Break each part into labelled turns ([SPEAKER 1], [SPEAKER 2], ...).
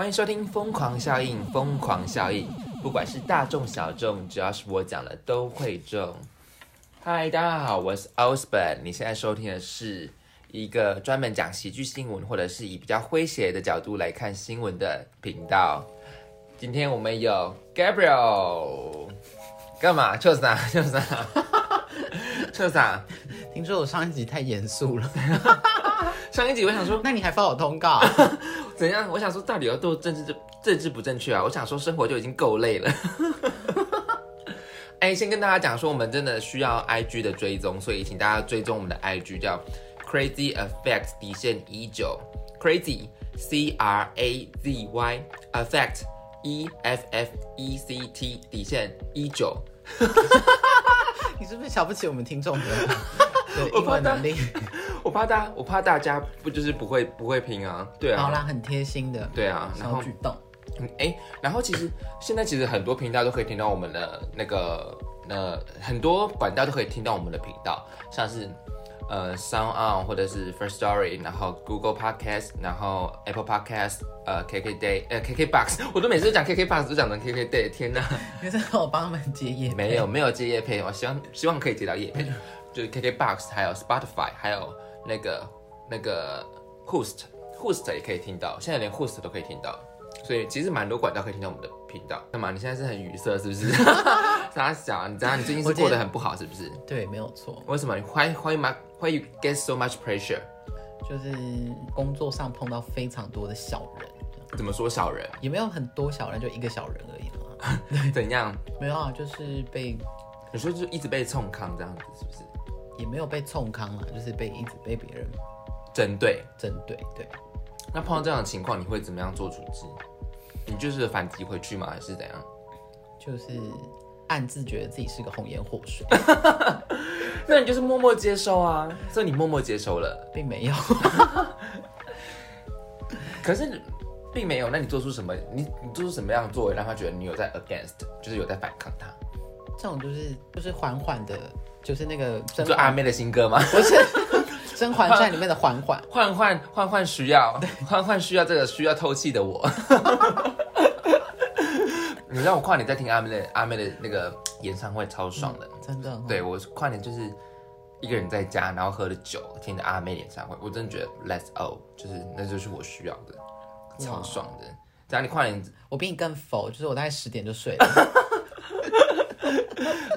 [SPEAKER 1] 欢迎收听《疯狂效应》，疯狂效应，不管是大众小众，只要是我讲了都会中。嗨，大家好，我是 Osborn，你现在收听的是一个专门讲喜剧新闻，或者是以比较诙谐的角度来看新闻的频道。今天我们有 Gabriel，干嘛？臭啥？臭啥？臭啥？
[SPEAKER 2] 听说我上一集太严肃了，
[SPEAKER 1] 上一集我想说
[SPEAKER 2] 那你还发我 通告？
[SPEAKER 1] 怎样？我想说到底要做政治政治不正确啊？我想说生活就已经够累了。 哎，先跟大家讲说，我们真的需要 IG 的追踪，所以请大家追踪我们的 IG 叫 Crazy Effect 底线一九 Crazy C R A Z Y Effect E F F E C T 底线一九。
[SPEAKER 2] 你是不是瞧不起我们听众的 的
[SPEAKER 1] 我
[SPEAKER 2] 英
[SPEAKER 1] 怕
[SPEAKER 2] 文
[SPEAKER 1] 大
[SPEAKER 2] 能力？
[SPEAKER 1] 我怕大，我怕大家不就是不会不会拼啊？对啊，
[SPEAKER 2] 好啦，很贴心的
[SPEAKER 1] 对啊，然后
[SPEAKER 2] 小举动。
[SPEAKER 1] 嗯，哎，然后其实现在其实很多频道都可以听到我们的那个呃很多管道都可以听到我们的频道，像是呃 Sound On 或者是 First Story，然后 Google Podcast，然后 Apple Podcast，呃 KK Day，呃 KK Box，我都每次都讲 KK Box 都讲成 KK Day，天哪！
[SPEAKER 2] 你是我帮他们接业？
[SPEAKER 1] 没有，没有接叶配，我希望希望可以接到叶配，就是 KKBox 还有 Spotify 还有那个那个 Host Host 也可以听到，现在连 Host 都可以听到，所以其实蛮多管道可以听到我们的频道。干嘛？你现在是很语塞是不是？傻小，你知道你最近是
[SPEAKER 2] 我今天
[SPEAKER 1] 过得很不好是不是？
[SPEAKER 2] 对，没有错，
[SPEAKER 1] 为什么？Why why my why you get so much pressure？
[SPEAKER 2] 就是工作上碰到非常多的小人，
[SPEAKER 1] 怎么说小人？
[SPEAKER 2] 也没有很多小人，就一个小人而已啦。
[SPEAKER 1] 怎样？
[SPEAKER 2] 没有啊，就是被
[SPEAKER 1] 你说就是一直被冲康这样子是不是？
[SPEAKER 2] 也没有被冲康啦，就是被一直被别人
[SPEAKER 1] 针对？
[SPEAKER 2] 针对。对，
[SPEAKER 1] 那碰到这样的情况，你会怎么样做处置？你就是反击回去吗？还是怎样？
[SPEAKER 2] 就是暗自觉得自己是个红颜祸水，
[SPEAKER 1] 那你就是默默接受啊，所以你默默接受了，
[SPEAKER 2] 并没有。
[SPEAKER 1] 可是并没有。那你做出什么？你你做出什么样的作为，让他觉得你有在 against，就是有在反抗他？
[SPEAKER 2] 这种就是就是缓缓的，就是那个甄
[SPEAKER 1] 就阿妹的新歌吗？
[SPEAKER 2] 不是《 甄嬛传》里面的嬛嬛，
[SPEAKER 1] 换换换换需 要，换换需要这个需要透气的我。 你让我跨年在听阿妹的阿妹的那个演唱会，超爽的。
[SPEAKER 2] 真的、哦。
[SPEAKER 1] 对我跨年就是一个人在家，然后喝了酒，听着阿妹演唱会，我真的觉得 Let's go，就是那就是我需要的，超爽的。只要你跨年
[SPEAKER 2] 我比你更佛，就是我大概十点就睡了。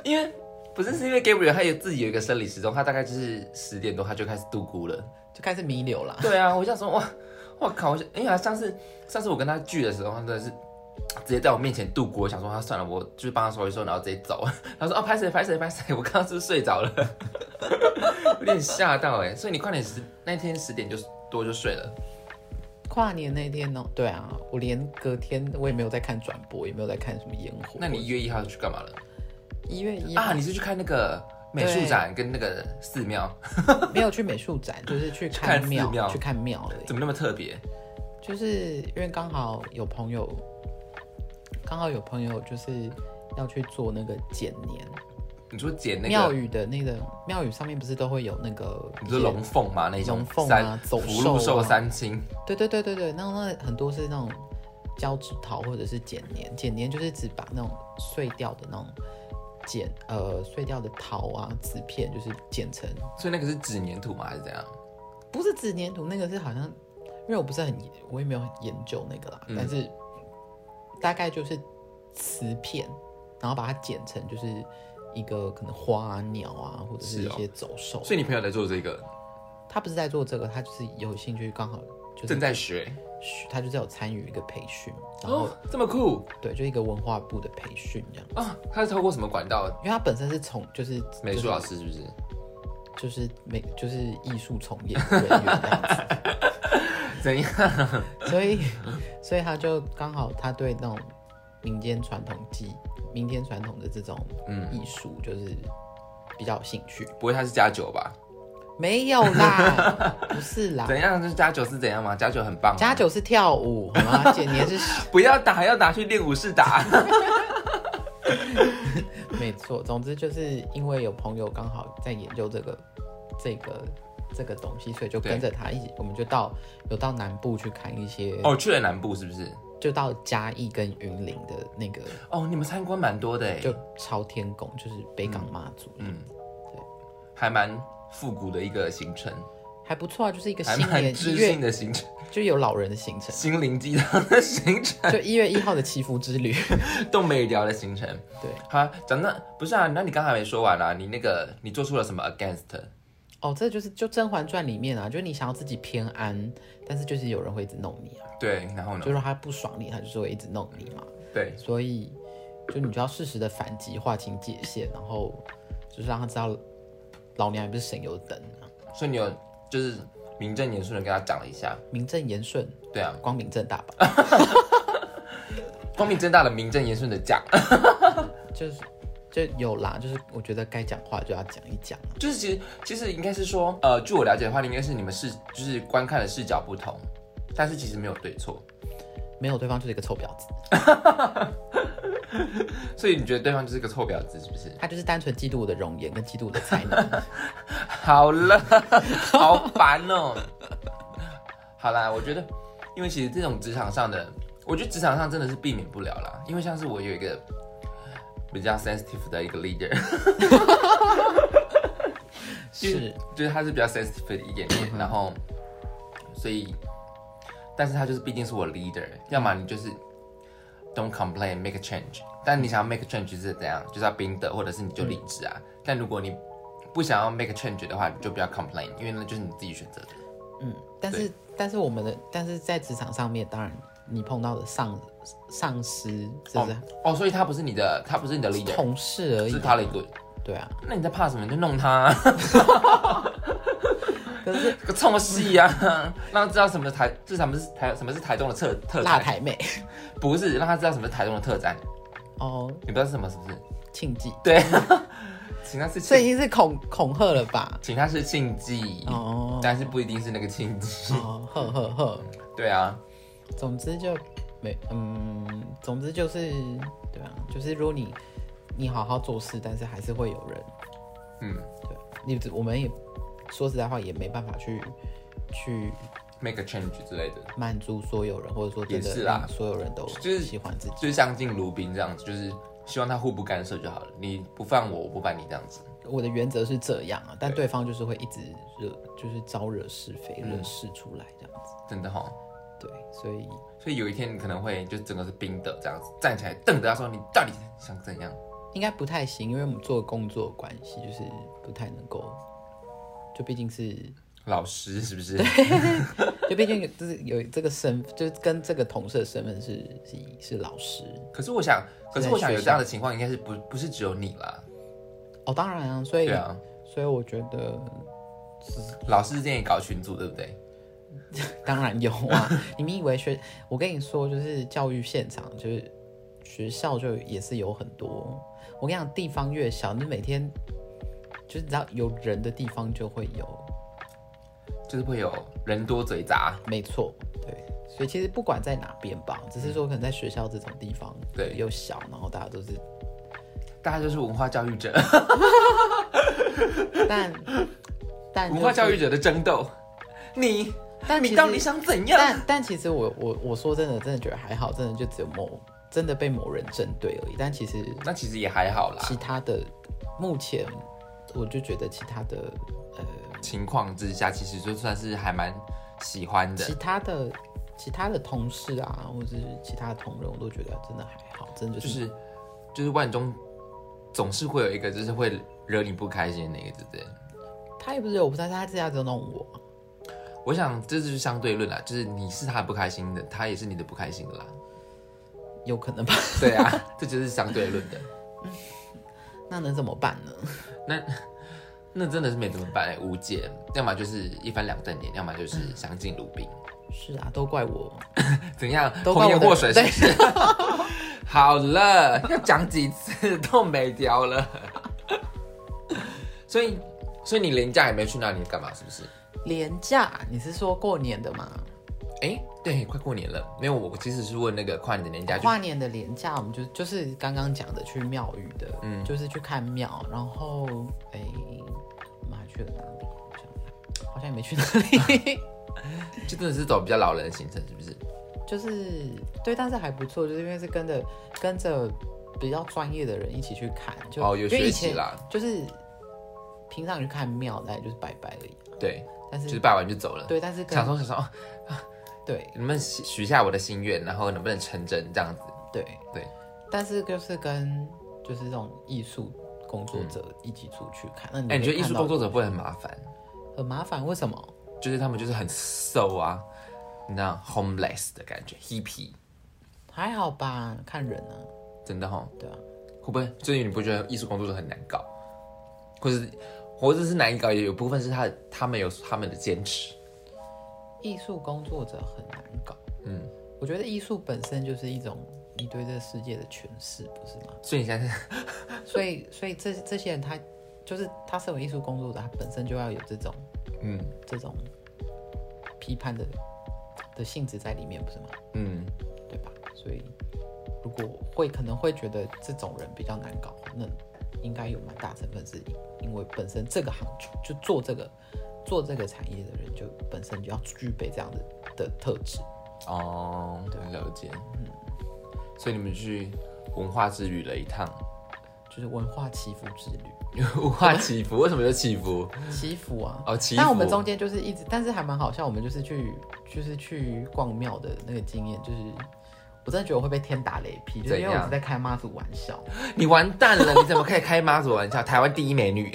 [SPEAKER 1] 因为不是是因为 Gabriel 他有自己有一个生理时钟，他大概就是十点多他就开始度孤了。
[SPEAKER 2] 就开始弥留啦。
[SPEAKER 1] 对啊，我想说哇，我靠，我想，哎呀，上次上次我跟他聚的时候，他真的是直接在我面前度过，我想说他啊算了，我就是帮他收一收，然后直接走。 他说哦，拍谁拍谁拍谁，我刚刚是不是睡着了？有点吓到哎、所以你快点十那天十点就多就睡了，
[SPEAKER 2] 跨年那天呢、对啊，我连隔天我也没有在看转播，也没有在看什么烟火。
[SPEAKER 1] 那你一月一号去干嘛了？
[SPEAKER 2] 一月一
[SPEAKER 1] 啊，
[SPEAKER 2] 号
[SPEAKER 1] 你是去看那个美术展跟那个寺庙，
[SPEAKER 2] 没有去美术展，就是去
[SPEAKER 1] 看寺
[SPEAKER 2] 看
[SPEAKER 1] 庙
[SPEAKER 2] 庙，去看庙而已。
[SPEAKER 1] 怎么那么特别？
[SPEAKER 2] 就是因为刚好有朋友，刚好有朋友就是要去做那个剪年
[SPEAKER 1] 你说剪那
[SPEAKER 2] 庙
[SPEAKER 1] 个，
[SPEAKER 2] 宇的那个庙宇上面不是都会有那个
[SPEAKER 1] 你说龙凤嘛那种
[SPEAKER 2] 龙凤啊
[SPEAKER 1] 三
[SPEAKER 2] 走
[SPEAKER 1] 福禄
[SPEAKER 2] 兽
[SPEAKER 1] 寿
[SPEAKER 2] 啊
[SPEAKER 1] 三清，
[SPEAKER 2] 对对对对对，那那很多是那种胶纸桃或者是剪黏，剪黏就是只把那种碎掉的那种剪呃碎掉的桃啊纸片，就是剪成
[SPEAKER 1] 所以那个是纸粘土吗？还是怎样？
[SPEAKER 2] 不是纸黏土，那个是好像因为我不是很我也没有很研究那个啦，
[SPEAKER 1] 嗯
[SPEAKER 2] 但是大概就是瓷片，然后把它剪成就是一个可能花啊、鸟啊或者是
[SPEAKER 1] 是
[SPEAKER 2] 一
[SPEAKER 1] 哦
[SPEAKER 2] 些走兽。
[SPEAKER 1] 所以你朋友在做这个，
[SPEAKER 2] 他不是在做这个，他就是有兴趣，刚好就是
[SPEAKER 1] 正在学
[SPEAKER 2] 他就是有参与一个培训，然后、，
[SPEAKER 1] 这么酷
[SPEAKER 2] 对，就一个文化部的培训这样，
[SPEAKER 1] 啊！他是透过什么管道？
[SPEAKER 2] 因为他本身是从就是
[SPEAKER 1] 美术老，师是不是？
[SPEAKER 2] 就是就是美就是艺术从业人员这样
[SPEAKER 1] 怎样？
[SPEAKER 2] 子， 所以所以他就刚好他对那种民间传统技、民间传统的这种
[SPEAKER 1] 嗯
[SPEAKER 2] 艺术就是比较有兴趣，
[SPEAKER 1] 不会他是加九吧？
[SPEAKER 2] 没有 啦，不是啦，
[SPEAKER 1] 怎样？就是加九是怎样吗？加九很棒吗。
[SPEAKER 2] 啊
[SPEAKER 1] 啊
[SPEAKER 2] 加九是跳舞，好吗？姐你是
[SPEAKER 1] 不要打，要打去练武士 打。
[SPEAKER 2] 没错，总之就是因为有朋友刚好在研究这个这个这个东西，所以就
[SPEAKER 1] 对
[SPEAKER 2] 跟着他一起，我们就到有到南部去看一些。
[SPEAKER 1] 哦哦，去了南部是不是？
[SPEAKER 2] 就到嘉义跟云林的那个，
[SPEAKER 1] 哦，你们参观蛮多的哎，
[SPEAKER 2] 就朝天宫，就是北港妈祖，嗯，
[SPEAKER 1] 还蛮复古的一个行程，
[SPEAKER 2] 还不错啊，就是一个
[SPEAKER 1] 还
[SPEAKER 2] 新
[SPEAKER 1] 蛮
[SPEAKER 2] 年一
[SPEAKER 1] 知性
[SPEAKER 2] 月
[SPEAKER 1] 的行程，
[SPEAKER 2] 就有老人的 行程，
[SPEAKER 1] 心灵鸡汤的行程，
[SPEAKER 2] 就一月一号的祈福之旅，
[SPEAKER 1] 动美聊的行程。
[SPEAKER 2] 对，
[SPEAKER 1] 好啊，讲到不是啊，那你刚才没说完啊，你那个你做出了什么 against？
[SPEAKER 2] 哦，这就是就《甄嬛传》里面啊，就是你想要自己偏安，但是就是有人会一直弄你啊，
[SPEAKER 1] 对，然后呢
[SPEAKER 2] 就？让他不爽你，他就是会一直弄你嘛，
[SPEAKER 1] 对，
[SPEAKER 2] 所以就你就要适时的反击，划清界限，然后就是让他知道老娘也不是省油灯啊，
[SPEAKER 1] 所以你有就是名正言顺的跟他讲了一下，
[SPEAKER 2] 名正言顺，
[SPEAKER 1] 对啊，
[SPEAKER 2] 光明正大吧，
[SPEAKER 1] 光明正大的名正言顺的讲，呃
[SPEAKER 2] 就是就有啦，就是我觉得该讲话就要讲一讲啊，
[SPEAKER 1] 就是其实其实应该是说，呃，据我了解的话，应该是你们视就是观看的视角不同，但是其实没有对错，
[SPEAKER 2] 没有对方就是一个臭婊子，
[SPEAKER 1] 所以你觉得对方就是个臭婊子，是不是？
[SPEAKER 2] 他就是单纯嫉妒我的容颜跟嫉妒我的才能，
[SPEAKER 1] 好了， 好烦哦。好啦，我觉得，因为其实这种职场上的，我觉得职场上真的是避免不了啦。因为像是我有一个比较 sensitive 的一个 leader，
[SPEAKER 2] 是嗯
[SPEAKER 1] 就是他是比较 sensitive 的一点点，然后所以，但是他就是毕竟是我 leader，要
[SPEAKER 2] 嗯
[SPEAKER 1] 么你就是 don't complain make a change，但你
[SPEAKER 2] 嗯
[SPEAKER 1] 想要 make a change 是怎样，就是要冰的，或者是你就离职啊。但如果你不想要 make a change 的话，你就不要 complain，因为那就是你自己选择的。
[SPEAKER 2] 嗯，但是但是我们的但是在职场上面，当然你碰到的上上司就是
[SPEAKER 1] 哦，所以他不是你的，他不是你的 leader，
[SPEAKER 2] 同事而已
[SPEAKER 1] 是，他的 good。
[SPEAKER 2] 对啊，
[SPEAKER 1] 那你在怕什么？你就弄他、啊，
[SPEAKER 2] 可是
[SPEAKER 1] 个冲戏啊，让他知道什么是台，这什么是台，什么是台中的特特
[SPEAKER 2] 辣
[SPEAKER 1] 产，
[SPEAKER 2] 台妹
[SPEAKER 1] 不是让他知道什么是台中的特产，
[SPEAKER 2] 哦，
[SPEAKER 1] 你不知道是什么是不是？
[SPEAKER 2] 庆忌，
[SPEAKER 1] 对，请他吃
[SPEAKER 2] 这已
[SPEAKER 1] 庆，
[SPEAKER 2] 经是恐恐吓了吧？
[SPEAKER 1] 请他吃庆记，
[SPEAKER 2] 哦，
[SPEAKER 1] 但是不一定是那个庆记。
[SPEAKER 2] 哦，呵呵呵，
[SPEAKER 1] 对啊，
[SPEAKER 2] 总之就没，嗯，总之就是，对啊，就是如果你你好好做事，但是还是会有人，
[SPEAKER 1] 嗯
[SPEAKER 2] 对，你我们也说实在话也没办法去去
[SPEAKER 1] ，make a change 之类的，
[SPEAKER 2] 满足所有人，或者说真
[SPEAKER 1] 也
[SPEAKER 2] 的
[SPEAKER 1] 是啦
[SPEAKER 2] 让所有人都
[SPEAKER 1] 就是
[SPEAKER 2] 喜欢自己，
[SPEAKER 1] 就是像进卢宾这样子，就是希望他互不干涉就好了，你不犯我，我不犯你这样子。
[SPEAKER 2] 我的原则是这样啊，但对方就是会一直惹，就是招惹是非，
[SPEAKER 1] 嗯
[SPEAKER 2] 惹事出来这样子，
[SPEAKER 1] 真的哈、
[SPEAKER 2] 对，所以
[SPEAKER 1] 所以有一天你可能会就整个是冰的这样子，站起来瞪着他说你到底想怎样？
[SPEAKER 2] 应该不太行，因为我们做工作的关系，就是不太能够，就毕竟是，
[SPEAKER 1] 老师是不是？
[SPEAKER 2] 就毕竟有就是有这个身，就是跟这个同事的身份是是是老师
[SPEAKER 1] 可是我想，可是
[SPEAKER 2] 在
[SPEAKER 1] 我想
[SPEAKER 2] 学
[SPEAKER 1] 有这样的情况应该是不不是只有你啦，
[SPEAKER 2] 哦，当然啊，所以、
[SPEAKER 1] 对啊，
[SPEAKER 2] 所以我觉得
[SPEAKER 1] 老师之间也搞群组对不对？
[SPEAKER 2] 当然有啊，你们以为学，我跟你说，就是教育现场就是学校就也是有很多，我跟你讲，地方越小，你每天就是只要有人的地方就会有
[SPEAKER 1] 就是会有人多嘴杂，
[SPEAKER 2] 没错，对，所以其实不管在哪边吧，只是说可能在学校这种地方，
[SPEAKER 1] 对
[SPEAKER 2] 又小，然后大家都是，
[SPEAKER 1] 大家就是文化教育者，
[SPEAKER 2] 但 但、就是、
[SPEAKER 1] 文化教育，者的争斗。你，
[SPEAKER 2] 但
[SPEAKER 1] 你
[SPEAKER 2] 其
[SPEAKER 1] 到底
[SPEAKER 2] 实
[SPEAKER 1] 想怎样？
[SPEAKER 2] 但但其实我我我说真的，真的觉得还好，真的就只有某真的被某人针对而已，但其实
[SPEAKER 1] 那其实也还好啦
[SPEAKER 2] 其，他的目前我就觉得其他的呃
[SPEAKER 1] 情况之下其实就算是还蛮喜欢的
[SPEAKER 2] 其。他的其他的同事啊，或者是其他的同仁，我都觉得真的还好，真的就、
[SPEAKER 1] 就是是就是万中总是会有一个就是会惹你不开心的那个，对不对？
[SPEAKER 2] 他也不是我不知道他这下就弄我。
[SPEAKER 1] 我想这就是相对论啦，就是你是他不开心的，他也是你的不开心的啦。
[SPEAKER 2] 有可能吧？
[SPEAKER 1] 对啊，这就是相对论的。
[SPEAKER 2] 那能怎么办 呢？
[SPEAKER 1] 那真的是没怎么办、欸，无解。要么就是一翻两瞪眼，要么就是相敬如宾。
[SPEAKER 2] 是啊，都怪我。
[SPEAKER 1] 怎样？
[SPEAKER 2] 都
[SPEAKER 1] 红
[SPEAKER 2] 怪我
[SPEAKER 1] 颜
[SPEAKER 2] 的
[SPEAKER 1] 祸水是不是？ 好了，要讲几次都没掉了。 所以，所以你连假也没去那里干嘛？是不是？
[SPEAKER 2] 廉价，你是说过年的吗？
[SPEAKER 1] 哎、对，快过年了，因为我其实是问那个跨年的年假，就
[SPEAKER 2] 跨年的廉价，我们就就是刚刚讲的去庙宇的，嗯，就是去看庙，然后哎、我们还去了哪里？好像好像也没去哪里，
[SPEAKER 1] 就真的是走比较老人的行程，是不是？
[SPEAKER 2] 就是对，但是还不错，就是因为是跟着跟着比较专业的人一起去看，就、
[SPEAKER 1] 哦，有
[SPEAKER 2] 因为
[SPEAKER 1] 学
[SPEAKER 2] 以
[SPEAKER 1] 习
[SPEAKER 2] 前
[SPEAKER 1] 啦，
[SPEAKER 2] 就是平常去看庙，大概就是拜拜而已。
[SPEAKER 1] 对，
[SPEAKER 2] 但
[SPEAKER 1] 就是是拜完就走了。
[SPEAKER 2] 嗯对，但是
[SPEAKER 1] 想
[SPEAKER 2] 跟
[SPEAKER 1] 说想说，哦
[SPEAKER 2] 对
[SPEAKER 1] 能不能许许下我的心愿，然后能不能成真这样子？
[SPEAKER 2] 对
[SPEAKER 1] 对，
[SPEAKER 2] 但是就是跟就是这种艺术工作者一起出去看，那你
[SPEAKER 1] 嗯哎、你觉
[SPEAKER 2] 会
[SPEAKER 1] 得艺术
[SPEAKER 2] 嗯看到
[SPEAKER 1] 工作者不会很麻烦？
[SPEAKER 2] 很麻烦？为什么？
[SPEAKER 1] 就是他们就是很瘦啊，你知道 homeless 的感觉，hippie，
[SPEAKER 2] 还好吧，看人啊，
[SPEAKER 1] 真的吼。
[SPEAKER 2] 对啊，
[SPEAKER 1] 会不会？所以你不觉得艺术工作者很难搞，或是或者是难以搞？也有部分是他他们有他们的坚持。
[SPEAKER 2] 艺术工作者很难搞。
[SPEAKER 1] 嗯，
[SPEAKER 2] 我觉得艺术本身就是一种你对这世界的诠释，不是吗？
[SPEAKER 1] 所以你现在 是
[SPEAKER 2] 所以，所以这这些人他就是他身为艺术工作者，他本身就要有这种
[SPEAKER 1] 嗯
[SPEAKER 2] 这种批判的的性质在里面，不是吗？
[SPEAKER 1] 嗯，
[SPEAKER 2] 对吧？所以如果会可能会觉得这种人比较难搞，那应该有蛮大成分是因为本身这个行就就做这个做这个产业的人，就本身就要具备这样的的特质。
[SPEAKER 1] 哦，了解。所以你们去文化之旅了一趟，
[SPEAKER 2] 就是文化祈福之旅，
[SPEAKER 1] 文化祈福为什么叫祈福？
[SPEAKER 2] 祈福啊！
[SPEAKER 1] 哦，祈福。
[SPEAKER 2] 但我们中间就是一直，但是还蛮好笑。我们就是去，就是去逛庙的那个经验，就是我真的觉得我会被天打雷劈，就是因
[SPEAKER 1] 怎
[SPEAKER 2] 为我
[SPEAKER 1] 样
[SPEAKER 2] 一直在开妈祖玩笑。
[SPEAKER 1] 你完蛋了！你怎么可以开妈祖玩笑？ 台湾第一美女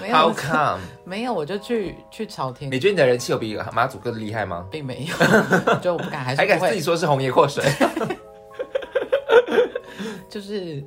[SPEAKER 2] 没
[SPEAKER 1] ，How
[SPEAKER 2] 有，
[SPEAKER 1] come？
[SPEAKER 2] 没有，我就去去朝天
[SPEAKER 1] 你，觉得你的人气有比妈祖更厉害吗？
[SPEAKER 2] 并没有， 就我不敢，还
[SPEAKER 1] 还
[SPEAKER 2] 是
[SPEAKER 1] 敢
[SPEAKER 2] 不
[SPEAKER 1] 自己
[SPEAKER 2] 会，
[SPEAKER 1] 说是红颜祸水？
[SPEAKER 2] 就是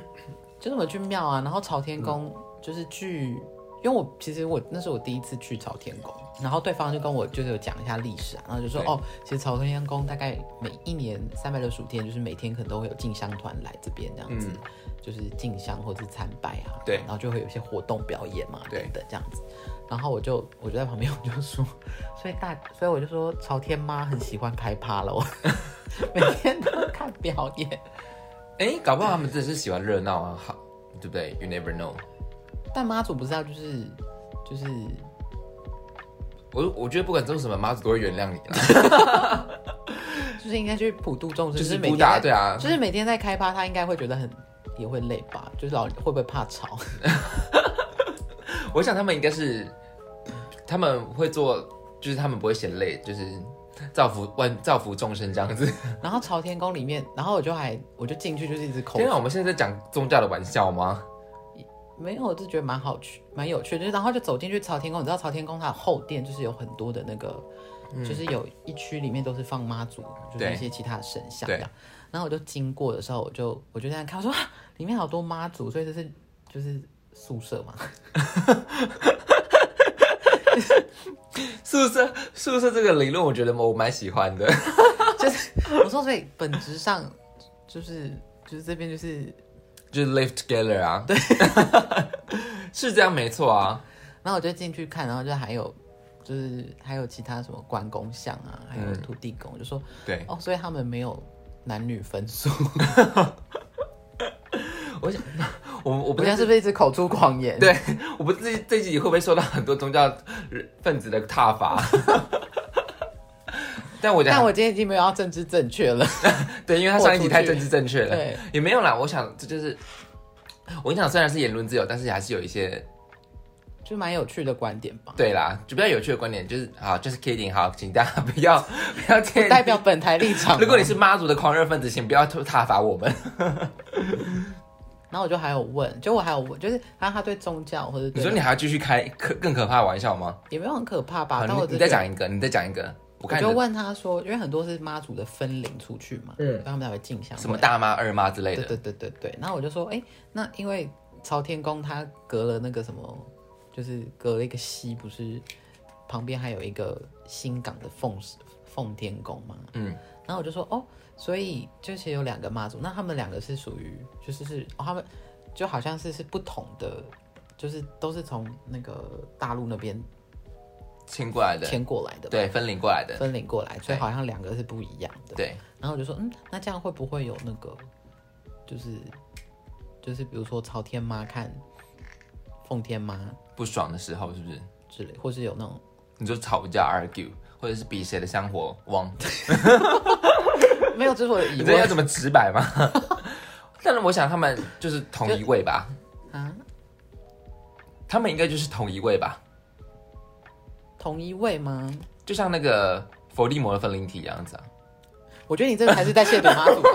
[SPEAKER 2] 就是我去庙啊，然后朝天宫
[SPEAKER 1] 嗯
[SPEAKER 2] 就是去。因为我其实我那是我第一次去朝天宫，然后对方就跟我就是有讲一下历史啊，然后就说
[SPEAKER 1] 对
[SPEAKER 2] 哦，其实朝天宫大概每一年三百六十五天，就是每天可能都会有进香团来这边这样子，
[SPEAKER 1] 嗯
[SPEAKER 2] 就是进香或者是参拜啊，
[SPEAKER 1] 对
[SPEAKER 2] 然后就会有一些活动表演嘛，
[SPEAKER 1] 对
[SPEAKER 2] 等等这样子。然后我就我就在旁边我就说， 所以大所以我就说朝天妈很喜欢开趴了，我 每天都看表演，
[SPEAKER 1] 哎、搞不好他们真的是喜欢热闹啊，好，对不对？You never know。
[SPEAKER 2] 但妈祖不是要就是就是
[SPEAKER 1] 我我觉得不管做什么，妈祖都会原谅你啊啦。
[SPEAKER 2] 就是应该去普度众生，
[SPEAKER 1] 就是
[SPEAKER 2] 每
[SPEAKER 1] 不
[SPEAKER 2] 天
[SPEAKER 1] 打，
[SPEAKER 2] 在
[SPEAKER 1] 对啊，
[SPEAKER 2] 就是每天在开趴，他应该会觉得很也会累吧？就是老会不会怕吵？
[SPEAKER 1] 我想他们应该是他们会做，就是他们不会嫌累，就是造福万造福众生这样 子。
[SPEAKER 2] 然后朝天宫里面，然后我就还我就进去就是一直口
[SPEAKER 1] 天啊，我们现在在讲宗教的玩笑吗？
[SPEAKER 2] 没有，我就觉得蛮好去，蛮有趣的。就是然后就走进去朝天宫，你知道朝天宫它的后殿就是有很多的那个，
[SPEAKER 1] 嗯
[SPEAKER 2] 就是有一区里面都是放妈祖，就是
[SPEAKER 1] 对
[SPEAKER 2] 一些其他的神像
[SPEAKER 1] 对
[SPEAKER 2] 这样。然后我就经过的时候，我就我就这样看，我说、啊、里面好多妈祖，所以这是就是宿舍嘛。
[SPEAKER 1] 宿舍宿舍这个理论，我觉得我蛮喜欢的。
[SPEAKER 2] 我说所以本质上就是就是这边就是，
[SPEAKER 1] 就是 live together 啊，对， 是这样没错啊。
[SPEAKER 2] 然后我就进去看，然后就还有就是还有其他什么关公像啊，还有
[SPEAKER 1] 嗯
[SPEAKER 2] 土地公，我就说
[SPEAKER 1] 对，
[SPEAKER 2] 哦，所以他们没有男女 分数。
[SPEAKER 1] 我我
[SPEAKER 2] 我
[SPEAKER 1] 不
[SPEAKER 2] 们现在是
[SPEAKER 1] 是
[SPEAKER 2] 不是一直口出狂言？
[SPEAKER 1] 对我不这这集会不会受到很多宗教分子的挞伐？ 但我觉得
[SPEAKER 2] 但我今天已经没有要政治正确了。
[SPEAKER 1] 对，因为他上一集太
[SPEAKER 2] 豁出
[SPEAKER 1] 政
[SPEAKER 2] 去
[SPEAKER 1] 治正确了，
[SPEAKER 2] 对，
[SPEAKER 1] 也没有啦。我想这就是，我跟你讲，虽然是言论自由，但是还是有一些
[SPEAKER 2] 就蛮有趣的观点吧。
[SPEAKER 1] 对啦，就比较有趣的观点，就是好，就是 kidding，好，请大家不要不要介意
[SPEAKER 2] 代。表本台立场。啊
[SPEAKER 1] 如果你，是妈祖的狂热分子，请不要挞伐我们。
[SPEAKER 2] 然后我就还有问，就我还有问，就是他他对宗教或者
[SPEAKER 1] 你
[SPEAKER 2] 对
[SPEAKER 1] 说你还要继续开可更可怕的玩笑吗？
[SPEAKER 2] 也没有很可怕吧？
[SPEAKER 1] 好
[SPEAKER 2] 但我
[SPEAKER 1] 啊你
[SPEAKER 2] 只
[SPEAKER 1] 你再，讲一个，你再讲一个，我
[SPEAKER 2] 我
[SPEAKER 1] 看你
[SPEAKER 2] 就
[SPEAKER 1] 的
[SPEAKER 2] 问他说，因为很多是妈祖的分灵出去嘛，
[SPEAKER 1] 嗯
[SPEAKER 2] 嗯，他们才会进香。
[SPEAKER 1] 什么？大妈、二妈之类
[SPEAKER 2] 对
[SPEAKER 1] 的。
[SPEAKER 2] 对对对对。然后我就说，哎，那因为朝天宫它隔了那个什么，就是隔了一个西，不是旁边还有一个新港的奉奉天宫嘛？
[SPEAKER 1] 嗯，
[SPEAKER 2] 然后我就说哦，所以就其实有两个妈祖，那他们两个是属于就是是、哦、他们就好像是是不同的，就是都是从那个大陆那边
[SPEAKER 1] 亲过来的，
[SPEAKER 2] 迁过来的，，
[SPEAKER 1] 对，分领过来的，
[SPEAKER 2] 分领过来，所以好像两个是不一样的。
[SPEAKER 1] 对，
[SPEAKER 2] 然后我就说嗯，那这样会不会有那个就是就是比如说朝天妈看奉天妈
[SPEAKER 1] 不爽的时候是不是？
[SPEAKER 2] 之类，或是有那种
[SPEAKER 1] 你就吵架 argue，或者是比谁的香火 旺，
[SPEAKER 2] 没有，这是我的疑
[SPEAKER 1] 你这要
[SPEAKER 2] 问
[SPEAKER 1] 怎么直白 吗？但是我想他们就是同一位吧，
[SPEAKER 2] 啊。
[SPEAKER 1] 他们应该就是同一位吧，
[SPEAKER 2] 同一位吗？
[SPEAKER 1] 就像那个伏地魔的分灵体一样子啊，
[SPEAKER 2] 我觉得你这个还是在亵渎妈祖吧。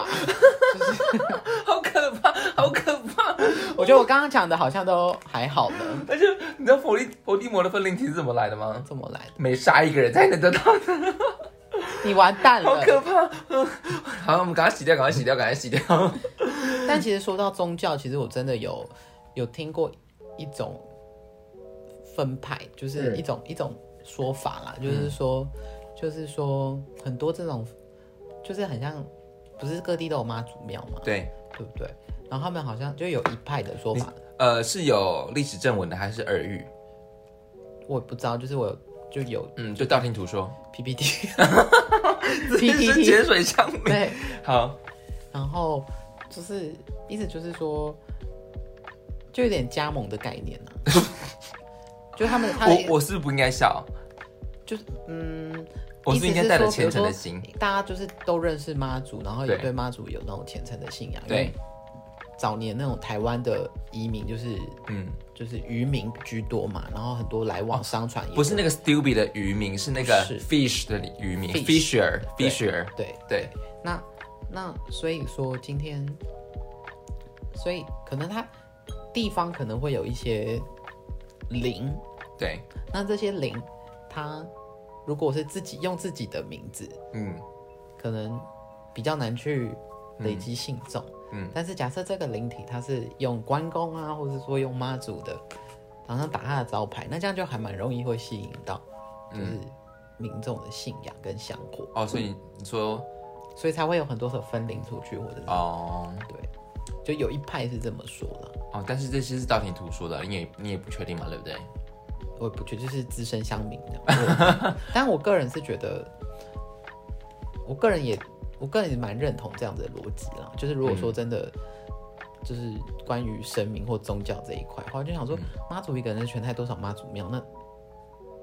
[SPEAKER 1] 好可怕，好可 怕！
[SPEAKER 2] 我觉得我刚刚讲的好像都还好呢，
[SPEAKER 1] 而且你知道伏地伏地魔的分灵体是怎么来的吗？
[SPEAKER 2] 怎么来的？
[SPEAKER 1] 每杀一个人才能得到，
[SPEAKER 2] 你完蛋
[SPEAKER 1] 好可
[SPEAKER 2] 了。
[SPEAKER 1] 怕！好，我们赶快洗掉，赶快洗掉，赶快 洗掉。
[SPEAKER 2] 但其实说到宗教，其实我真的有有听过一种分派，就是
[SPEAKER 1] 嗯
[SPEAKER 2] 一种、一种说法啦，就是说，就是说很多这种，就是很像，不是各地都有妈祖庙嘛，
[SPEAKER 1] 对，
[SPEAKER 2] 对不对？然后他们好像就有一派的说法，
[SPEAKER 1] 呃，是有历史正文的还是耳语？
[SPEAKER 2] 我也不知道，就是我有就有
[SPEAKER 1] 嗯，就道听途 说，
[SPEAKER 2] PPT，
[SPEAKER 1] 是
[SPEAKER 2] PPT
[SPEAKER 1] 碱水相邻。
[SPEAKER 2] 对，
[SPEAKER 1] 好，
[SPEAKER 2] 然后就是意思就是说，就有点加盟的概念 啊，就他们他
[SPEAKER 1] 我我是不是不应该笑？
[SPEAKER 2] 就是嗯，
[SPEAKER 1] 我是不是应该带着虔诚的
[SPEAKER 2] 意
[SPEAKER 1] 心
[SPEAKER 2] 思。是说大家就是都认识妈祖，然后也
[SPEAKER 1] 对
[SPEAKER 2] 对妈祖有那种虔诚的信仰。因
[SPEAKER 1] 对
[SPEAKER 2] 为，早年那种台湾的移民就是
[SPEAKER 1] 嗯，
[SPEAKER 2] 就是渔民居多嘛，然后很多来往商船也
[SPEAKER 1] 不是那个 Stupid 的渔民，是那个
[SPEAKER 2] 不是
[SPEAKER 1] Fish 的渔民
[SPEAKER 2] Fish对
[SPEAKER 1] ，Fisher，Fisher，
[SPEAKER 2] 对
[SPEAKER 1] 对，
[SPEAKER 2] 那那所以说今天，所以可能他地方可能会有一些灵，
[SPEAKER 1] 对，
[SPEAKER 2] 那这些灵，它如果是自己用自己的名字，
[SPEAKER 1] 嗯，
[SPEAKER 2] 可能比较难去累积信众。
[SPEAKER 1] 嗯嗯
[SPEAKER 2] 但是假设这个灵体它是用关公啊，或者说用妈祖的，然后打他的招牌，那这样就还蛮容易会吸引到，就是民众的信仰跟香火，
[SPEAKER 1] 哦，所以你说，
[SPEAKER 2] 所以才会有很多的分灵出去，或者是、
[SPEAKER 1] 哦，
[SPEAKER 2] 对，就有一派是这么说了。
[SPEAKER 1] 哦，但是这些是道听途说的，你也你也不确定嘛，对不对？
[SPEAKER 2] 我也不觉得就是资深乡民这样， 但我个人是觉得，我个人也，我个人也蛮认同这样子的逻辑啦。就是如果说真的，就是关于神明或宗教这一块的话，我就想说，妈祖一个人全台多少妈祖庙，那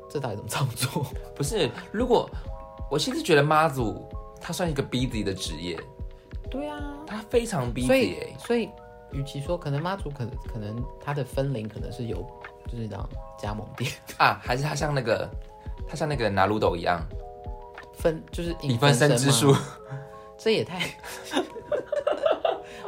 [SPEAKER 2] 这到底怎么操作？
[SPEAKER 1] 不是，如果我其实觉得妈祖他算一个逼自己的职业，
[SPEAKER 2] 对啊，
[SPEAKER 1] 他非常逼自
[SPEAKER 2] 所
[SPEAKER 1] 己
[SPEAKER 2] 以
[SPEAKER 1] 欸，
[SPEAKER 2] 所以，与其说可能妈祖可能可能他的分灵可能是有，就是你知道加盟店
[SPEAKER 1] 啊，还是他像那个他像那个拿鲁斗一样，
[SPEAKER 2] 分就是
[SPEAKER 1] 以
[SPEAKER 2] 引
[SPEAKER 1] 分身
[SPEAKER 2] 身
[SPEAKER 1] 之
[SPEAKER 2] 嘛
[SPEAKER 1] 术。
[SPEAKER 2] 这也 太……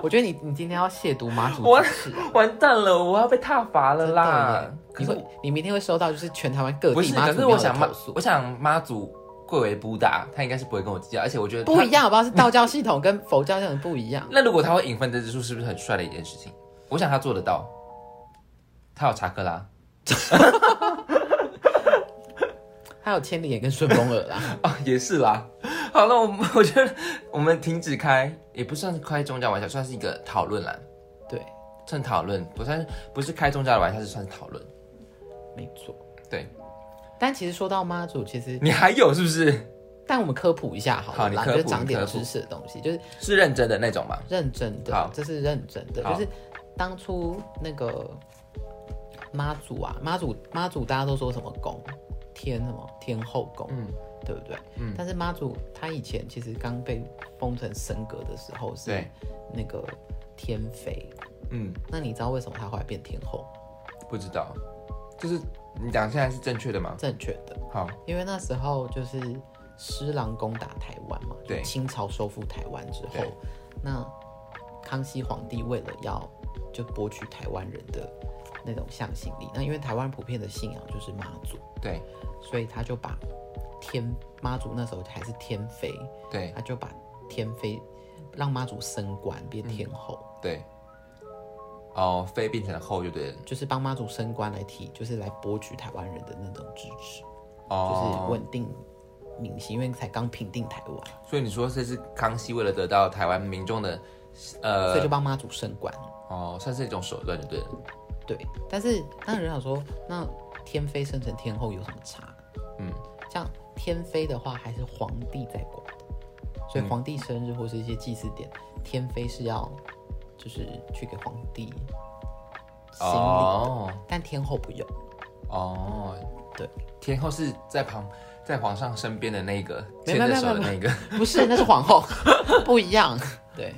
[SPEAKER 2] 我觉得你你今天要亵渎妈祖
[SPEAKER 1] 我
[SPEAKER 2] 之耻 啊，
[SPEAKER 1] 完蛋了，我要被踏伐了
[SPEAKER 2] 真的
[SPEAKER 1] 啦
[SPEAKER 2] 耶！
[SPEAKER 1] 可
[SPEAKER 2] 你
[SPEAKER 1] 是
[SPEAKER 2] 会你明天会收到就是全台湾各
[SPEAKER 1] 不
[SPEAKER 2] 地
[SPEAKER 1] 是？
[SPEAKER 2] 妈
[SPEAKER 1] 可
[SPEAKER 2] 祖
[SPEAKER 1] 是
[SPEAKER 2] 庙
[SPEAKER 1] 我
[SPEAKER 2] 的
[SPEAKER 1] 想妈
[SPEAKER 2] 投诉，，
[SPEAKER 1] 我想妈祖贵为布达，他应该是不会跟我计较，而且我觉得
[SPEAKER 2] 不
[SPEAKER 1] 他
[SPEAKER 2] 一。样好不好？是道教系统跟佛教系统不 一样。
[SPEAKER 1] 那如果他会引分身之术，是不是很帅的一件事情？我想他做得到。他有查克拉，
[SPEAKER 2] 还有千里眼跟顺风耳啦，
[SPEAKER 1] 啊，也是啦。好了，我们 我觉得我们停止开，也不算是开宗教玩笑，算是一个讨论啦，
[SPEAKER 2] 对，
[SPEAKER 1] 算讨论，不算不是开宗教的玩笑，是算是讨论。
[SPEAKER 2] 没错。
[SPEAKER 1] 对
[SPEAKER 2] 但其实说到妈祖，其实
[SPEAKER 1] 你还有是不是？
[SPEAKER 2] 但我们科普一下好
[SPEAKER 1] 好
[SPEAKER 2] 了
[SPEAKER 1] 你
[SPEAKER 2] 啦，
[SPEAKER 1] 科
[SPEAKER 2] 就
[SPEAKER 1] 普
[SPEAKER 2] 是长
[SPEAKER 1] 你
[SPEAKER 2] 点
[SPEAKER 1] 科普
[SPEAKER 2] 知识的东西，就是
[SPEAKER 1] 是认真的那种吧？
[SPEAKER 2] 认真的
[SPEAKER 1] 好，
[SPEAKER 2] 这是认真的，
[SPEAKER 1] 好
[SPEAKER 2] 就是当初那个妈祖啊，妈祖妈祖大家都说什么宫天什么天后宫，
[SPEAKER 1] 嗯
[SPEAKER 2] 对不对？
[SPEAKER 1] 嗯
[SPEAKER 2] 但是妈祖她以前其实刚被封成神格的时候是
[SPEAKER 1] 对
[SPEAKER 2] 那个天妃，
[SPEAKER 1] 嗯，
[SPEAKER 2] 那你知道为什么她后来变天后？
[SPEAKER 1] 不知道，就是你讲现在是正确的吗？
[SPEAKER 2] 正确的，
[SPEAKER 1] 好，
[SPEAKER 2] 因为那时候就是施琅攻打台湾嘛，
[SPEAKER 1] 对
[SPEAKER 2] 就清朝收复台湾之后
[SPEAKER 1] 对，
[SPEAKER 2] 那康熙皇帝为了要就博取台湾人的那种向心力，那因为台湾普遍的信仰就是妈祖，
[SPEAKER 1] 对
[SPEAKER 2] 所以他就把天妈祖那时候还是天妃，
[SPEAKER 1] 对
[SPEAKER 2] 他就把天妃让妈祖升官
[SPEAKER 1] 嗯
[SPEAKER 2] 变天后，
[SPEAKER 1] 对，哦，非变成了后就对了，
[SPEAKER 2] 就是帮妈祖升官来提，就是来博取台湾人的那种支持，就是
[SPEAKER 1] 哦，
[SPEAKER 2] 稳定民心，因为才刚平定台湾。
[SPEAKER 1] 所以你说这是康熙为了得到台湾民众的，
[SPEAKER 2] 所以
[SPEAKER 1] 呃，
[SPEAKER 2] 就帮妈祖升官。
[SPEAKER 1] 哦，算是一种手段就对了，
[SPEAKER 2] 对，但是那有人想说，那天妃升成天后有什么差？
[SPEAKER 1] 嗯，
[SPEAKER 2] 像天妃的话，还是皇帝在管的，
[SPEAKER 1] 嗯
[SPEAKER 2] 所以皇帝生日或是一些祭祀点，天妃是要就是去给皇帝行礼的，
[SPEAKER 1] 哦
[SPEAKER 2] 但天后不用。
[SPEAKER 1] 哦，
[SPEAKER 2] 对，
[SPEAKER 1] 天后是在旁在皇上身边的那个
[SPEAKER 2] 没
[SPEAKER 1] 牵
[SPEAKER 2] 有没有
[SPEAKER 1] 着手的
[SPEAKER 2] 没
[SPEAKER 1] 那
[SPEAKER 2] 有
[SPEAKER 1] 个，
[SPEAKER 2] 不是，那是皇后， 不一样。对，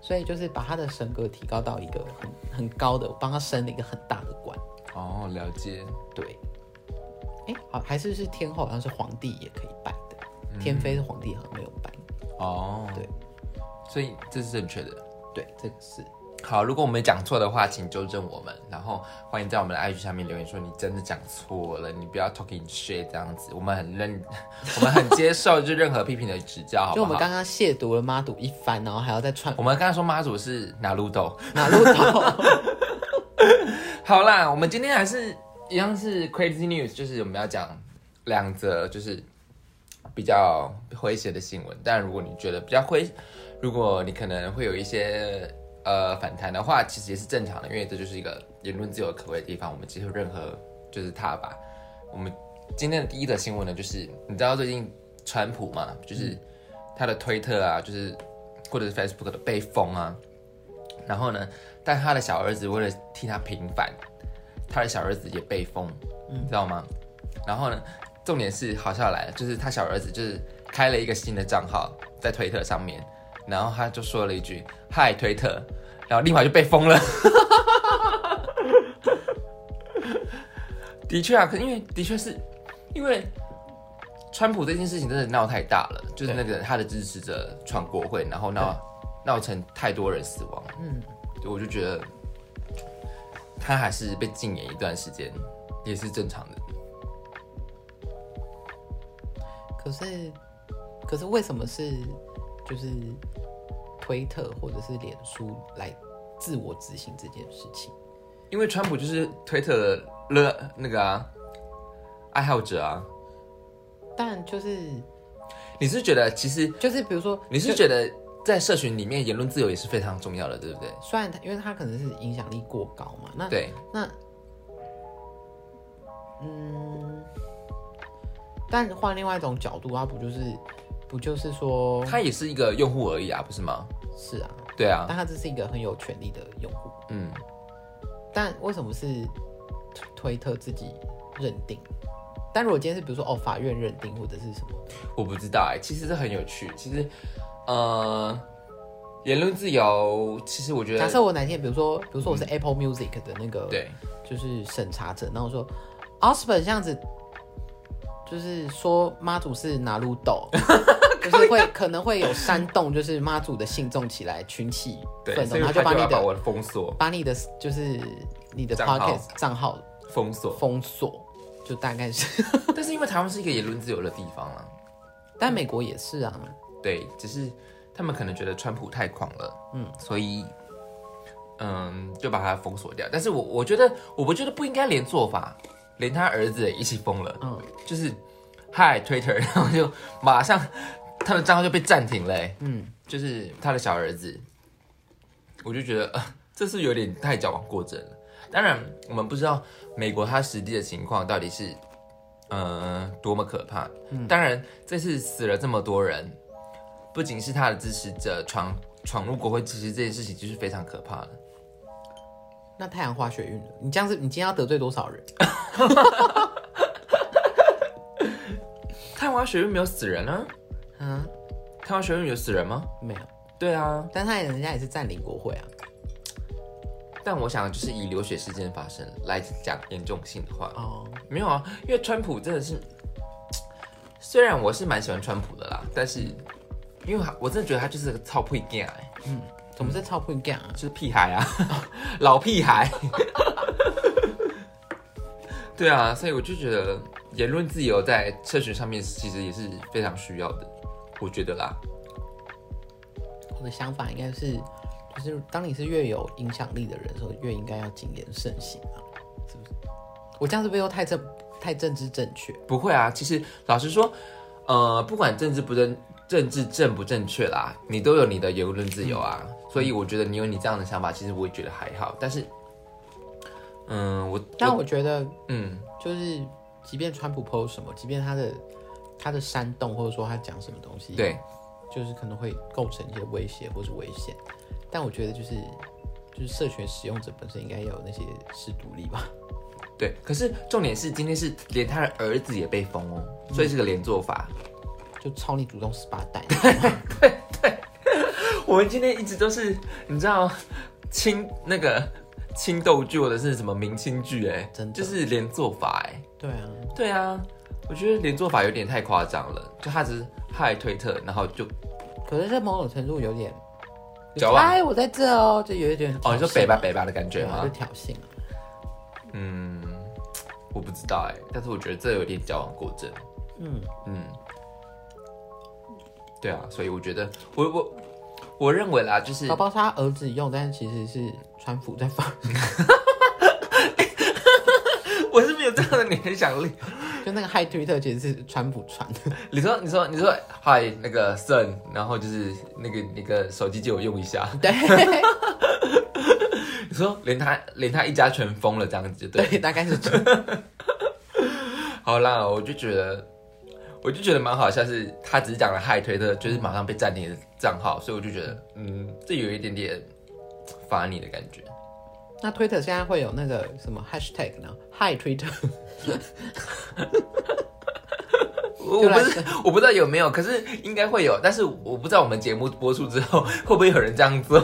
[SPEAKER 2] 所以就是把她的神格提高到一个很很高的，我帮她升了一个很大的官。
[SPEAKER 1] 哦，了解，
[SPEAKER 2] 对，哎，好，还是是天后，好像是皇帝也可以拜的，
[SPEAKER 1] 嗯
[SPEAKER 2] 天妃是皇帝好像没有拜。
[SPEAKER 1] 哦，
[SPEAKER 2] 对，
[SPEAKER 1] 所以这是正确的。
[SPEAKER 2] 对，这个是
[SPEAKER 1] 好，如果我们讲错的话，请纠正我们，然后欢迎在我们的 IG 下面留言说你真的讲错了，你不要 talking shit 这样子，我们很认， 我们很接受就任何批评的指教，好不
[SPEAKER 2] 就我们
[SPEAKER 1] 好？
[SPEAKER 2] 刚刚亵渎了妈祖一番，然后还要再串
[SPEAKER 1] 我们刚才说妈祖是拿路豆，
[SPEAKER 2] 哪路头。
[SPEAKER 1] 好啦，我们今天还是一样是 crazy news，就是我们要讲两则就是比较诙谐的新闻。但如果你觉得比较诙，如果你可能会有一些呃反弹的话，其实也是正常的，因为这就是一个言论自由可贵的地方，我们接受任何就是踏吧。我们今天的第一则新闻呢，就是你知道最近川普嘛，就是他的推特啊，就是或者是 Facebook 的被封啊，然后呢，但他的小儿子为了替他平反，他的小儿子也被封，你知道吗？然后呢，重点是好笑来了，就是他小儿子就是开了一个新的账号在推特上面，然后他就说了一句“嗨推特”，然后立马就被封了。 的确啊，可因为的确是因为川普这件事情真的闹太大了，就是那个他的支持者闯国会，然后闹闹成太多人死亡。
[SPEAKER 2] 嗯，
[SPEAKER 1] 我就觉得他还是被禁言一段时间，也是正常的。
[SPEAKER 2] 可是，可是为什么是就是推特或者是脸书来自我执行这件事情？
[SPEAKER 1] 因为川普就是推特的热那个啊爱好者啊，
[SPEAKER 2] 但就是
[SPEAKER 1] 你是觉得其实
[SPEAKER 2] 就是比如说，
[SPEAKER 1] 你是
[SPEAKER 2] 就
[SPEAKER 1] 觉得在社群里面言论自由也是非常重要的，对不对？
[SPEAKER 2] 虽然他因为他可能是影响力过高嘛，那
[SPEAKER 1] 对，
[SPEAKER 2] 那嗯，但换另外一种角度，他不就是不就是说
[SPEAKER 1] 他也是一个用户而已啊，不是吗？
[SPEAKER 2] 是啊，
[SPEAKER 1] 对啊，
[SPEAKER 2] 但他这是一个很有权力的用户，
[SPEAKER 1] 嗯，
[SPEAKER 2] 但为什么是推推特自己认定？但如果今天是比如说哦法院认定或者是什么，
[SPEAKER 1] 我不知道哎、其实这很有趣。其实，呃，言论自由，其实我觉得嗯
[SPEAKER 2] 假设我哪天比如说比如说我是 Apple Music 的那个
[SPEAKER 1] 对，
[SPEAKER 2] 就是审查者，然后我说 Osborne 这样子，就是说妈祖是拿路 斗，就是会可能会有煽动，就是妈祖的信众起来群起
[SPEAKER 1] 对，
[SPEAKER 2] 奋斗，
[SPEAKER 1] 所以
[SPEAKER 2] 然后
[SPEAKER 1] 他
[SPEAKER 2] 就
[SPEAKER 1] 就
[SPEAKER 2] 把你
[SPEAKER 1] 要把
[SPEAKER 2] 的
[SPEAKER 1] 我封锁，
[SPEAKER 2] 把你的就是你的
[SPEAKER 1] 账号
[SPEAKER 2] podcast 账号
[SPEAKER 1] 封锁。
[SPEAKER 2] 封锁，就大概是，
[SPEAKER 1] 但是因为台湾是一个言论自由的地方啊，
[SPEAKER 2] 但美国也是啊，
[SPEAKER 1] 对，只是他们可能觉得川普太狂了，嗯，所以，嗯，就把他封锁掉。但是我我觉得，我不觉得不应该连做法，连他儿子也一起封了，
[SPEAKER 2] 嗯，
[SPEAKER 1] 就是嗨 Twitter，然后就马上他的账号就被暂停了、嗯
[SPEAKER 2] 嗯，
[SPEAKER 1] 就是他的小儿子，我就觉得、呃、这是有点太矫枉过正了。当然，我们不知道美国它实际的情况到底是，呃，多么可怕。
[SPEAKER 2] 嗯
[SPEAKER 1] 当然，这次死了这么多人，不仅是他的支持者闯闯入国会，其实这件事情就是非常可怕的。
[SPEAKER 2] 那太阳花学运了，你这样子你今天要得罪多少人？
[SPEAKER 1] 太华学院没有死人啊？
[SPEAKER 2] 啊，
[SPEAKER 1] 太华学院有死人吗？
[SPEAKER 2] 没有，
[SPEAKER 1] 对啊，
[SPEAKER 2] 但他也人家也是占领国会啊，
[SPEAKER 1] 但我想就是以流血事件发生来讲严重性的话，
[SPEAKER 2] 哦，
[SPEAKER 1] 没有啊，因为川普真的是，虽然我是蛮喜欢川普的啦，但是因为我真的觉得他就是个臭屁 g 哎，
[SPEAKER 2] 怎么是超不一样啊？
[SPEAKER 1] 就是屁孩啊， 老屁孩。 对啊，所以我就觉得言论自由在社群上面其实也是非常需要的，我觉得啦。
[SPEAKER 2] 我的想法应该是，就是当你是越有影响力的人的时候，越应该要谨言慎行啊，是不是？我这样是不是又太政太政治正确？
[SPEAKER 1] 不会啊，其实老实说，呃，不管政治不正政治正不正确啦，你都有你的言论自由啊。
[SPEAKER 2] 嗯
[SPEAKER 1] 所以我觉得你有你这样的想法，其实我也觉得还好。但是，嗯，我
[SPEAKER 2] 但我觉得，
[SPEAKER 1] 嗯，
[SPEAKER 2] 就是即便川普 PO 什么，即便他的他的煽动，或者说他讲什么东西，，
[SPEAKER 1] 对，
[SPEAKER 2] 就是可能会构成一些威胁或是危险，但我觉得就是就是社群使用者本身应该要有那些适度力吧。
[SPEAKER 1] 对，可是重点是今天是连他的儿子也被封哦，所以是个连坐法。
[SPEAKER 2] 就操你祖宗十八代。
[SPEAKER 1] 我们今天一直都是你知道清那个清斗剧或者是什么明清剧哎、
[SPEAKER 2] 真的
[SPEAKER 1] 就是连坐法哎、
[SPEAKER 2] 对啊，
[SPEAKER 1] 对啊，我觉得连坐法有点太夸张了，就他只是害推特，然后就哦
[SPEAKER 2] 可是这某种程度有点，
[SPEAKER 1] 矫枉
[SPEAKER 2] 哎，我在这哦，就有一点
[SPEAKER 1] 哦，你说
[SPEAKER 2] 挑
[SPEAKER 1] 北
[SPEAKER 2] 衅
[SPEAKER 1] 吧
[SPEAKER 2] 啊
[SPEAKER 1] 北吧的感觉
[SPEAKER 2] 啊
[SPEAKER 1] 吗
[SPEAKER 2] 就？挑衅啊。
[SPEAKER 1] 嗯，我不知道哎、但是我觉得这有点矫枉过正。
[SPEAKER 2] 嗯，
[SPEAKER 1] 嗯，对啊，所以我觉得我我我认为啦，就是
[SPEAKER 2] 宝宝是他儿子用，但是其实是川普在放，
[SPEAKER 1] 我是没有这样的联想力。
[SPEAKER 2] 就那个嗨推特其实是川普传的。
[SPEAKER 1] 你说你说你说，嗨，那个 son，然后就是那个那个手机借我用一下。
[SPEAKER 2] 对
[SPEAKER 1] 你说连他连他一家全封了这样子，对。
[SPEAKER 2] 对，大概是这样。
[SPEAKER 1] 好啦，我就觉得。我就觉得蛮好笑，是他只是讲了嗨推特，就是马上被暂停的账号，所以我就觉得，嗯，这有一点点罚你的感觉。
[SPEAKER 2] 那推特现在会有那个什么 hashtag 呢？嗨推特，
[SPEAKER 1] 我
[SPEAKER 2] 就
[SPEAKER 1] 我
[SPEAKER 2] 来
[SPEAKER 1] 不是 我不知道有没有，可是应该会有，但是我不知道我们节目播出之后会不会有人这样做。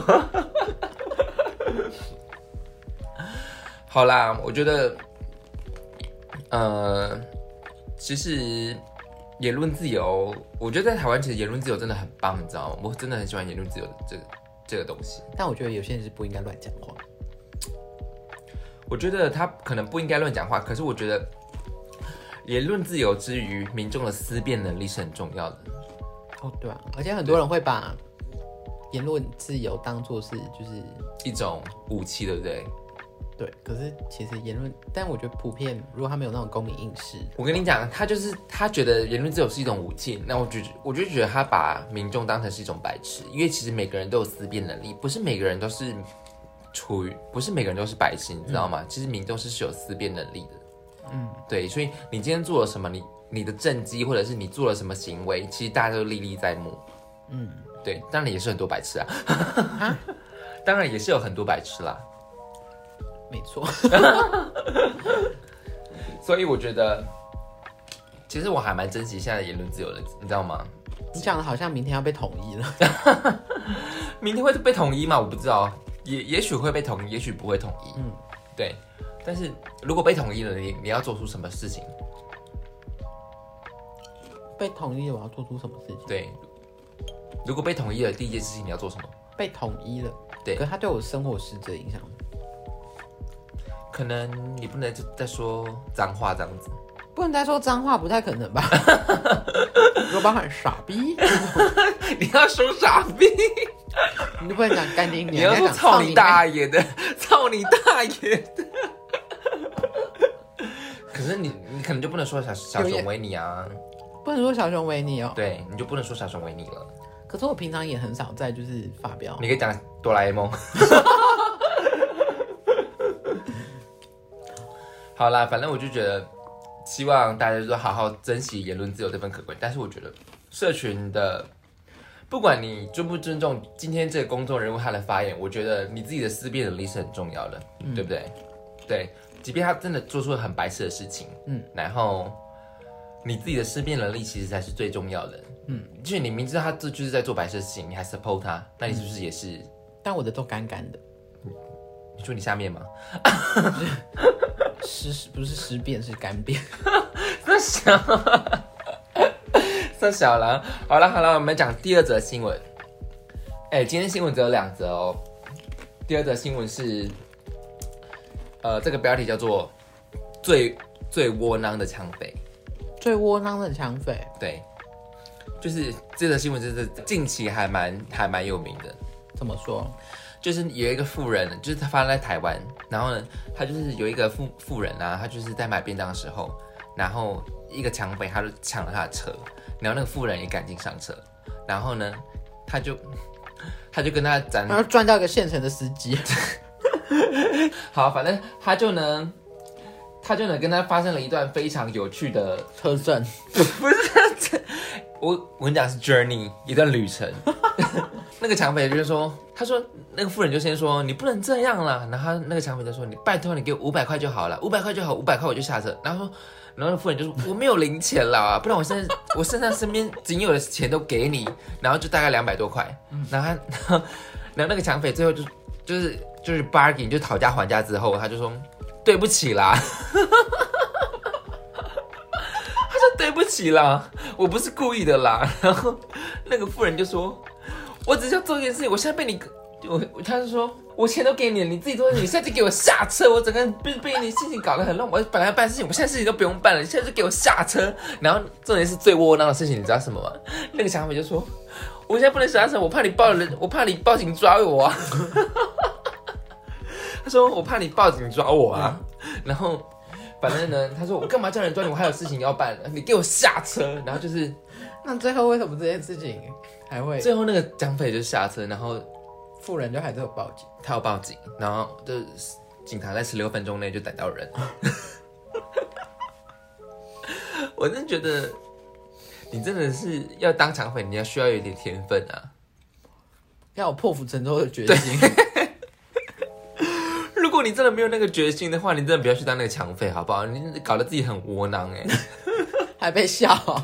[SPEAKER 1] 好啦，我觉得，呃，其实言论自由，我觉得在台湾其实言论自由真的很棒，你知道吗？我真的很喜欢言论自由的这个这个东西。
[SPEAKER 2] 但我觉得有些人是不应该乱讲话。
[SPEAKER 1] 我觉得他可能不应该乱讲话，可是我觉得言论自由之余，民众的思辨能力是很重要的。
[SPEAKER 2] 哦，对啊，而且很多人会把言论自由当做是就是
[SPEAKER 1] 一种武器，对不对？
[SPEAKER 2] 对，可是其实言论，但我觉得普遍如果他没有那种公民意识，
[SPEAKER 1] 我跟你讲，他就是他觉得言论自由是一种武器，那我就我就觉得他把民众当成是一种白痴，因为其实每个人都有思辨能力，不是每个人都是处于，不是每个人都是白痴，你知道吗？其实民众是是有思辨能力的，嗯，对，所以你今天做了什么，你你的政绩或者是你做了什么行为，其实大家都历历在目，嗯，对，当然也是很多白痴啊， 当然也是有很多白痴啦，
[SPEAKER 2] 没错，
[SPEAKER 1] 所以我觉得，其实我还蛮珍惜现在的言论自由的，你知道吗？
[SPEAKER 2] 你讲的好像明天要被统一了。
[SPEAKER 1] 明天会被统一吗？我不知道，也也许会被统一，也许不会统一。嗯
[SPEAKER 2] 嗯，
[SPEAKER 1] 对。但是如果被统一了，你你要做出什么事情？
[SPEAKER 2] 被统一了，我要做出什么事情？
[SPEAKER 1] 对，如果被统一了，第一件事情你要做什么？
[SPEAKER 2] 被统一了，
[SPEAKER 1] 对
[SPEAKER 2] 可是他对我生活实质的影响，
[SPEAKER 1] 可能你不能就再说脏话这样子。
[SPEAKER 2] 不能再说脏话，不太可能吧？如果喊傻逼，
[SPEAKER 1] 你要说傻逼，
[SPEAKER 2] 你就不能讲干爹 娘，
[SPEAKER 1] 你要
[SPEAKER 2] 要
[SPEAKER 1] 说
[SPEAKER 2] 讲
[SPEAKER 1] 操你
[SPEAKER 2] 妈
[SPEAKER 1] 大爷的，操你大爷的。 可是你你可能就不能说小小熊维尼啊，
[SPEAKER 2] 不能说小熊维尼哦。
[SPEAKER 1] 对，你就不能说小熊维尼了。
[SPEAKER 2] 可是我平常也很少在就是发表
[SPEAKER 1] 你可以讲哆啦 A 梦。好啦，反正我就觉得，希望大家都好好珍惜言论自由这份可贵。但是我觉得，社群的，不管你尊不尊重今天这个公众人物他的发言，我觉得你自己的思辨能力是很重要的，对不对？对，即便他真的做出了很白痴的事情，嗯
[SPEAKER 2] 嗯，
[SPEAKER 1] 然后你自己的思辨能力其实才是最重要的，嗯，就是你明知道他这就是在做白痴的事情，你还 support 他，那你是不是也是？
[SPEAKER 2] 但我的都干干的，
[SPEAKER 1] 你说你下面吗？
[SPEAKER 2] 尸不是尸变是干变。
[SPEAKER 1] 这小， 这小狼。好了好了，我们讲第二则新闻。哎，今天新闻只有两则哦。第二则新闻是，呃，这个标题叫做“最最窝囊的抢匪
[SPEAKER 2] 最窝囊的抢匪，”。
[SPEAKER 1] 对，就是这则新闻，真的近期还蛮还蛮有名的。
[SPEAKER 2] 怎么说？
[SPEAKER 1] 就是有一个富人，就是他发生在台湾，然后呢，他就是有一个富富人啊，他就是在买便当的时候，然后一个抢匪他就抢了他的车，然后那个富人也赶紧上车，然后呢，他就 他就跟他展
[SPEAKER 2] 然后赚到一个现成的司 机，
[SPEAKER 1] 好，反正他就呢，他就呢跟他发生了一段非常有趣的
[SPEAKER 2] 车震，
[SPEAKER 1] 我我跟你讲是 journey 一段旅程，那个抢匪就说，他说那个妇人就先说你不能这样啦，然后那个抢匪就说你拜托你给我五百块就好了，五百块就好，五百块我就下车。然后说，然后那妇人就说我没有零钱啦，不然我现在我身上身边仅有的钱都给你，然后就大概两百多块。然后他， 然后然后那个抢匪最后就就是就是 bargain 就讨价还价之后，他就说对不起啦。 他说对不起啦，我不是故意的啦。然后那个妇人就说：“我只是要做一件事情，我现在被你，我他就说我钱都给你了，你自己做，你现在就给我下车，我整个人被被你事情搞得很乱，我本来要办事情，我现在事情都不用办了，你现在就给我下车。然后重点是最窝囊的事情，你知道什么吗？那个小美就说。”我现在不能下车，我怕你报人，我怕你报警抓我啊！他说我怕你报警抓我啊！然后反正呢，他说我干嘛叫人抓你，我还有事情要办，你给我下车。然后就是
[SPEAKER 2] 那最后为什么这件事情还会
[SPEAKER 1] 最后那个蒋匪就下车，然后
[SPEAKER 2] 富人就还是有报警？
[SPEAKER 1] 他要报警，然后就是警察在十六分钟内就逮到人。 我真的觉得你真的是要当抢匪，你要需要有一点天分啊。
[SPEAKER 2] 要有破釜沉舟的决心。
[SPEAKER 1] 如果你真的没有那个决心的话，你真的不要去当那个强匪，好不好？你搞得自己很窝囊哎、
[SPEAKER 2] 还被笑，啊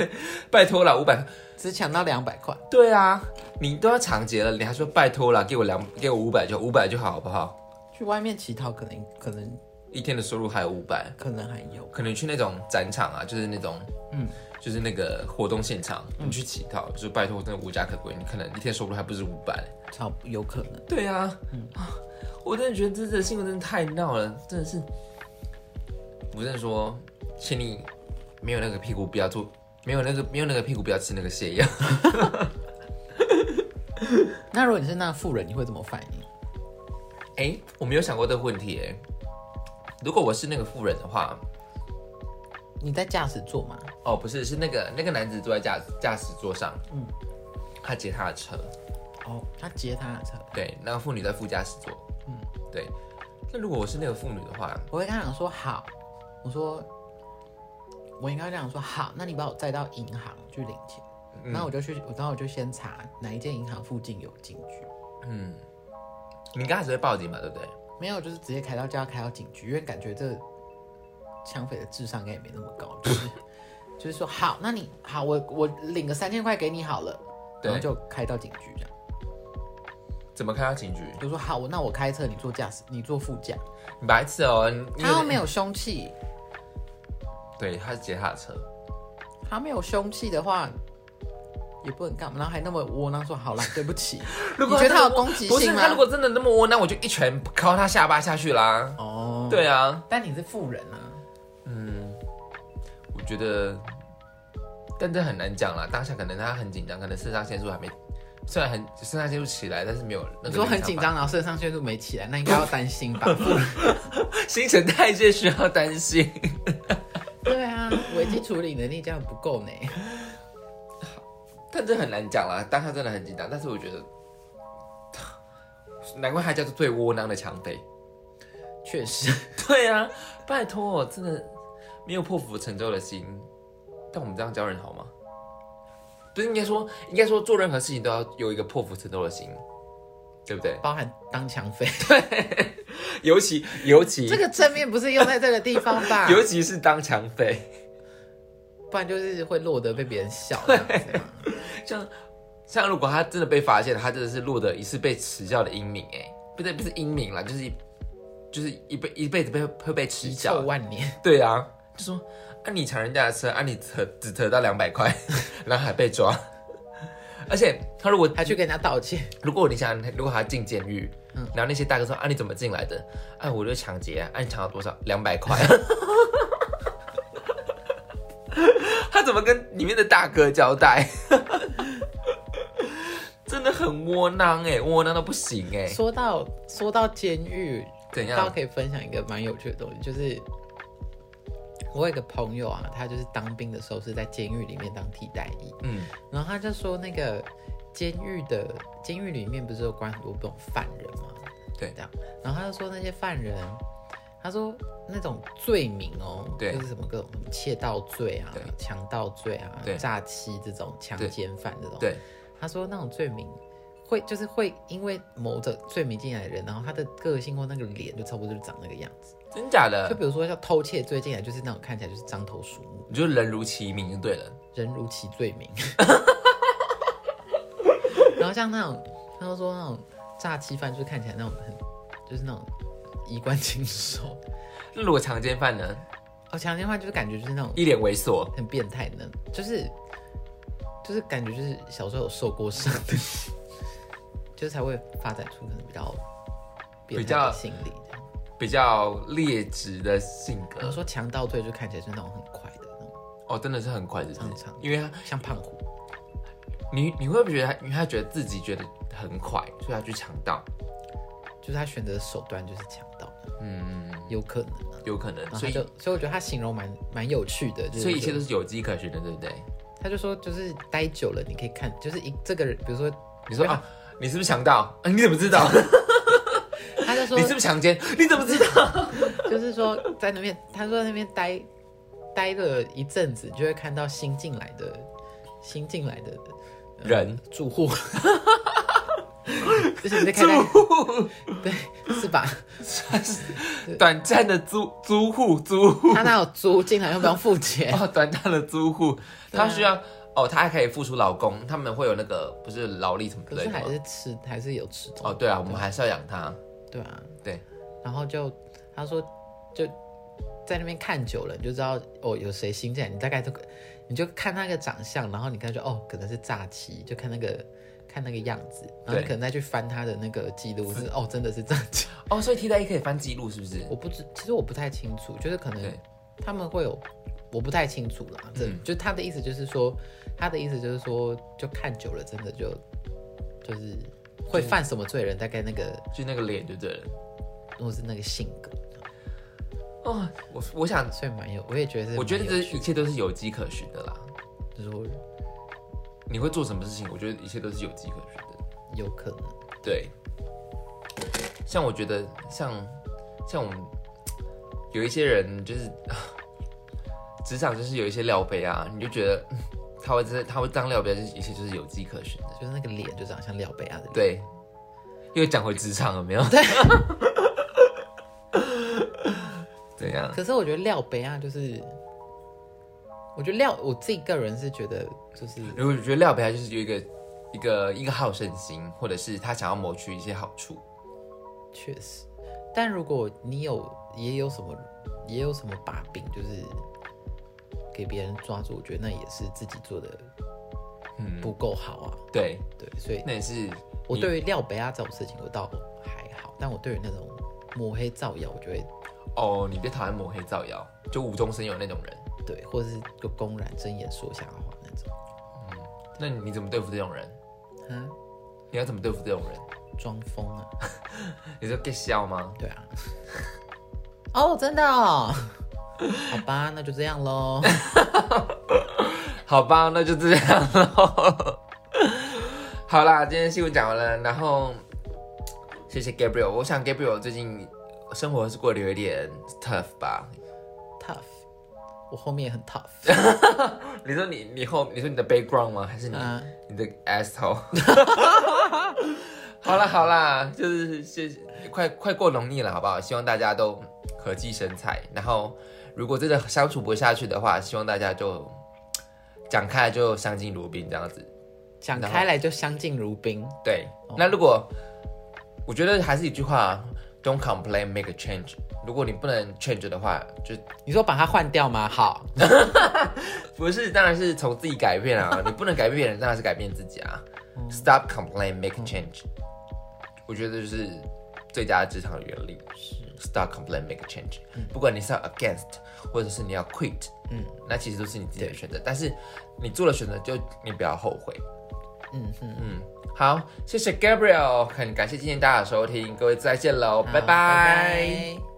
[SPEAKER 1] 拜托了，五百。
[SPEAKER 2] 只抢到两百块。
[SPEAKER 1] 对啊，你都要抢劫了，你还说拜托了，给我两，给我五百就五百就好，好不好？
[SPEAKER 2] 去外面乞讨可能可能
[SPEAKER 1] 一天的收入还有五百，
[SPEAKER 2] 可能还有，
[SPEAKER 1] 可能去那种展场啊，就是那种，嗯，就是那个活动现场，你去乞讨，就是拜托，真的无家可归，你可能一天收入还不止五百。
[SPEAKER 2] 差不有可能。
[SPEAKER 1] 对啊，啊 我真的觉得这则新闻真的太闹了，真的是，我真的说，请你没有那个屁股不要做，没有那个没有那个屁股不要吃那个泻药。
[SPEAKER 2] 那如果你是那富人，你会怎么反应？
[SPEAKER 1] 哎、我没有想过这个问题哎。如果我是那个富人的话，
[SPEAKER 2] 你在驾驶座吗？
[SPEAKER 1] 哦，不是，是那个那个男子坐在驾驾驶座上，嗯，他劫他的车，
[SPEAKER 2] 哦，他劫他的车，
[SPEAKER 1] 对，那个妇女在副驾驶座，嗯，对。那如果我是那个妇女的话，
[SPEAKER 2] 我会跟他讲说好，我说我应该这样说好，那你把我载到银行去领钱，
[SPEAKER 1] 嗯
[SPEAKER 2] 然后我就去，然后我就先查哪一间银行附近有警局，
[SPEAKER 1] 嗯，你刚开始会报警嘛，对不对？
[SPEAKER 2] 没有就是直接开到就要开到警局，因为感觉这抢匪的智商应该也没那么高，就是 就是说好，那你好，我我领个三千块给你好了，然后
[SPEAKER 1] 对，
[SPEAKER 2] 就开到警局这样，
[SPEAKER 1] 怎么开到警局？
[SPEAKER 2] 就说好，我那我开车，你坐驾驶，你坐副驾，
[SPEAKER 1] 你白痴哦、你你
[SPEAKER 2] 他又没有凶器，
[SPEAKER 1] 对，他是劫他的车，
[SPEAKER 2] 他没有凶器的话，也不能干嘛，然后还那么窝囊说好了，对不 起。
[SPEAKER 1] 如果
[SPEAKER 2] 你觉得他有
[SPEAKER 1] 真的
[SPEAKER 2] 攻击
[SPEAKER 1] 不是
[SPEAKER 2] 性吗
[SPEAKER 1] 他如果真的那么窝囊，我就一拳敲他下巴下去啦。
[SPEAKER 2] 哦，
[SPEAKER 1] 对啊，
[SPEAKER 2] 但你是富人啊，
[SPEAKER 1] 嗯，我觉得，但这很难讲啦。当下可能他很紧张，可能肾上腺素还没，虽然很肾上腺素起来，但是没有那
[SPEAKER 2] 你
[SPEAKER 1] 个
[SPEAKER 2] 说很
[SPEAKER 1] 临场
[SPEAKER 2] 紧
[SPEAKER 1] 反
[SPEAKER 2] 张，然后肾上腺素没起来，那应该要担心吧？富人
[SPEAKER 1] 应，新陈代谢需要担心。
[SPEAKER 2] 对啊，危机处理能力这样不够呢。
[SPEAKER 1] 但这很难讲啦，当下真的很紧张，但是我觉得， 难怪他叫做最窝囊的强匪。
[SPEAKER 2] 确实，
[SPEAKER 1] 对啊，拜托，真的没有破釜沉舟的心。但我们这样教人好吗？不是应该说，应该说做任何事情都要有一个破釜沉舟的心，对不对？
[SPEAKER 2] 包含当强 匪，
[SPEAKER 1] 尤其尤其、
[SPEAKER 2] 这个啊正面不是用在这个地方吧？
[SPEAKER 1] 尤其是当强匪，
[SPEAKER 2] 不然就是会落得被别人笑这样 子嘛。
[SPEAKER 1] 像像如果他真的被发现，他真的是落得一次被耻笑的英名哎，不对，不是英名啦，就是一就是一辈一辈子被会被耻
[SPEAKER 2] 遗臭
[SPEAKER 1] 笑。
[SPEAKER 2] 万年，
[SPEAKER 1] 对啊，就说啊你抢人家的车，啊你扯只扯到两百块， 然后还被抓。而且他如果
[SPEAKER 2] 还去跟人家道歉，
[SPEAKER 1] 如果你想，如果他进监狱，然后那些大哥说啊你怎么进来的？啊我就抢劫啊，啊你抢了多少？两百块。他怎么跟里面的大哥交代？真的很窝囊哎、窝囊到不行哎、
[SPEAKER 2] 说到说到监狱，
[SPEAKER 1] 怎
[SPEAKER 2] 大家
[SPEAKER 1] 样？
[SPEAKER 2] 可以分享一个蛮有趣的东西，就是我有一个朋友啊，他就是当兵的时候是在监狱里面当替代役，
[SPEAKER 1] 嗯，
[SPEAKER 2] 然后他就说那个监狱的监狱里面不是有关很多这种犯人吗？
[SPEAKER 1] 对
[SPEAKER 2] 这样，然后他就说那些犯人，他说那种罪名哦，
[SPEAKER 1] 对
[SPEAKER 2] 就是什么各种窃盗罪啊
[SPEAKER 1] 对、
[SPEAKER 2] 强盗罪啊
[SPEAKER 1] 对、
[SPEAKER 2] 诈欺这种、强
[SPEAKER 1] 对
[SPEAKER 2] 奸犯这种，
[SPEAKER 1] 对，
[SPEAKER 2] 他说那种罪名会就是会因为某个最迷进来的人，然后他的个性或那个脸就差不多就长那个样子。
[SPEAKER 1] 真假
[SPEAKER 2] 就
[SPEAKER 1] 的？
[SPEAKER 2] 比如说像偷窃罪进来，就是那种看起来就是獐头鼠目，
[SPEAKER 1] 你就人如其名就对了。
[SPEAKER 2] 人如其罪名。 然后像那种，他们说那种诈欺犯，就是看起来那种很，就是那种衣冠禽兽。
[SPEAKER 1] 那如果强奸犯呢？
[SPEAKER 2] 哦，强奸犯就是感觉就是那种
[SPEAKER 1] 一脸猥琐，
[SPEAKER 2] 很变态的那，就是就是感觉就是小时候有受过伤的， 就是才会发展出可能比较变态的心理。
[SPEAKER 1] 比较呃劣质的性
[SPEAKER 2] 然后
[SPEAKER 1] 格。
[SPEAKER 2] 说强盗罪就看起来就是那种很快的那种，
[SPEAKER 1] 哦，真的是很快，就是
[SPEAKER 2] 很长
[SPEAKER 1] 因为他
[SPEAKER 2] 像胖虎。
[SPEAKER 1] 你你会不会觉得他，因为他觉得自己觉得很快，所以他去强盗。
[SPEAKER 2] 就是他选择的手段就是强盗，
[SPEAKER 1] 嗯，
[SPEAKER 2] 有可能啊。
[SPEAKER 1] 有可能
[SPEAKER 2] 然，后
[SPEAKER 1] 所
[SPEAKER 2] 他
[SPEAKER 1] 以
[SPEAKER 2] 就，所以我觉得他形容蛮蛮有趣的，就是
[SPEAKER 1] 所以一切都是有迹可循的，对不对？
[SPEAKER 2] 他就说就是待久了你可以看，就是一这个人，比如说
[SPEAKER 1] 你说啊，你是不是强盗？ 啊，你怎么知 道？
[SPEAKER 2] 他就说
[SPEAKER 1] 你是不是强奸？ 你怎么知道？
[SPEAKER 2] 就是说在那边，他说在那边待待了一阵子，就会看到新进来的新进来的、呃
[SPEAKER 1] 人
[SPEAKER 2] 住户，就是你在看待对是吧？
[SPEAKER 1] 短暂的租租户租户
[SPEAKER 2] 他那有租进来又不用付钱，
[SPEAKER 1] 哦， 短暂的租户，
[SPEAKER 2] 哎对啊
[SPEAKER 1] 他需要哦，他还可以付出劳工，他们会有那个不是劳力什么之
[SPEAKER 2] 可
[SPEAKER 1] 类
[SPEAKER 2] 是
[SPEAKER 1] 的
[SPEAKER 2] 还
[SPEAKER 1] 吗
[SPEAKER 2] 是吃还是有吃东
[SPEAKER 1] 哦，对啊，我们还是要养他。
[SPEAKER 2] 对啊，
[SPEAKER 1] 对。
[SPEAKER 2] 然后就他说就在那边看久了，你就知道哦有谁新进来，你大概都你就看那个长相，然后你看就哦可能是诈欺，就看那个看那个样子，然后
[SPEAKER 1] 对
[SPEAKER 2] 你可能再去翻他的那个记录是哦真的是诈欺，
[SPEAKER 1] 哦，所以替代役可以翻记录是不是？
[SPEAKER 2] 我不知其实我不太清楚，就是可能
[SPEAKER 1] 对
[SPEAKER 2] 他们会有。我不太清楚啦，这、
[SPEAKER 1] 嗯
[SPEAKER 2] 就他的意思就是说，他的意思就是说，就看久了，真的就就是会犯什么罪的人，大概那个
[SPEAKER 1] 就那个脸就对了。
[SPEAKER 2] 或是那个性格，
[SPEAKER 1] 哦，我我想，
[SPEAKER 2] 所以蛮有，我也觉得是
[SPEAKER 1] 我觉得
[SPEAKER 2] 蛮有
[SPEAKER 1] 这
[SPEAKER 2] 趣
[SPEAKER 1] 一切都是有迹可循的啦。
[SPEAKER 2] 就是我
[SPEAKER 1] 你会做什么事情，我觉得一切都是有迹可循的。
[SPEAKER 2] 有可能，
[SPEAKER 1] 对，像我觉得像像我们有一些人就是 职场就是有一些料杯啊，你就觉得 嗯他会真他会当料杯，就是一切就是有迹可循的。
[SPEAKER 2] 就是那个脸就长得像廖贝亚的脸，
[SPEAKER 1] 对，又讲回职场了没有？ 怎样？
[SPEAKER 2] 可是我觉得廖贝亚就是，我觉得廖我自己个人是觉得就是
[SPEAKER 1] 如果觉得廖培他就是有一个一个一个好胜心，或者是他想要谋取一些好处，
[SPEAKER 2] 确实，但如果你有也有什么也有什么把柄，就是给别人抓住，我觉得那也是自己做的
[SPEAKER 1] 嗯，
[SPEAKER 2] 不够好啊。
[SPEAKER 1] 对，
[SPEAKER 2] 对，所以
[SPEAKER 1] 那也是
[SPEAKER 2] 我
[SPEAKER 1] 你
[SPEAKER 2] 对于廖贝亚这种事情我倒还好，但我对于那种抹黑造谣，我就会
[SPEAKER 1] 哦，你别讨厌抹黑造谣，就无中生有那种人。
[SPEAKER 2] 对，或者是就公然睁眼说瞎话那种，
[SPEAKER 1] 那你怎么对付这种人？
[SPEAKER 2] 嗯，
[SPEAKER 1] 你要怎么对付这种人？
[SPEAKER 2] 装疯啊。
[SPEAKER 1] 你就 get 笑吗？
[SPEAKER 2] 对啊。 哦，真的哦。好吧，那就这样喽。
[SPEAKER 1] 好吧，那就这样咯好啦，今天新闻讲完了，然后谢谢 Gabriel。我想 Gabriel 最近生活是过得有一点 tough 吧？
[SPEAKER 2] tough，我后面也很 tough
[SPEAKER 1] 你说你你后你说你的 background 吗？还是你、
[SPEAKER 2] 啊。
[SPEAKER 1] 你的 asshole？好啦好啦，就是谢谢，快快过农历了，好不好？希望大家都和气生财。然后，如果真的相处不下去的话，希望大家就讲开就相敬如宾这样子。
[SPEAKER 2] 讲开来就相敬如宾。
[SPEAKER 1] 对，那如果我觉得还是一句话，Don't complain, make a change。如果你不能 change 的话，就
[SPEAKER 2] 你说把它换掉吗？好，
[SPEAKER 1] 不是，当然是从自己改变 啊。你不能改变别人，当然是改变自己啊。Stop complain, make a change。我觉得就是最佳职场原理。Stop complain, make a change。不
[SPEAKER 2] 嗯
[SPEAKER 1] 管你是要 against，或者是你要 quit，嗯，那其实都是你自己的选择。但是你做了选择，就你不要后悔。
[SPEAKER 2] 嗯哼，
[SPEAKER 1] 好，谢谢 Gabriel，很感谢今天大家的收听，各位再见喽，
[SPEAKER 2] 好
[SPEAKER 1] 拜拜。
[SPEAKER 2] 拜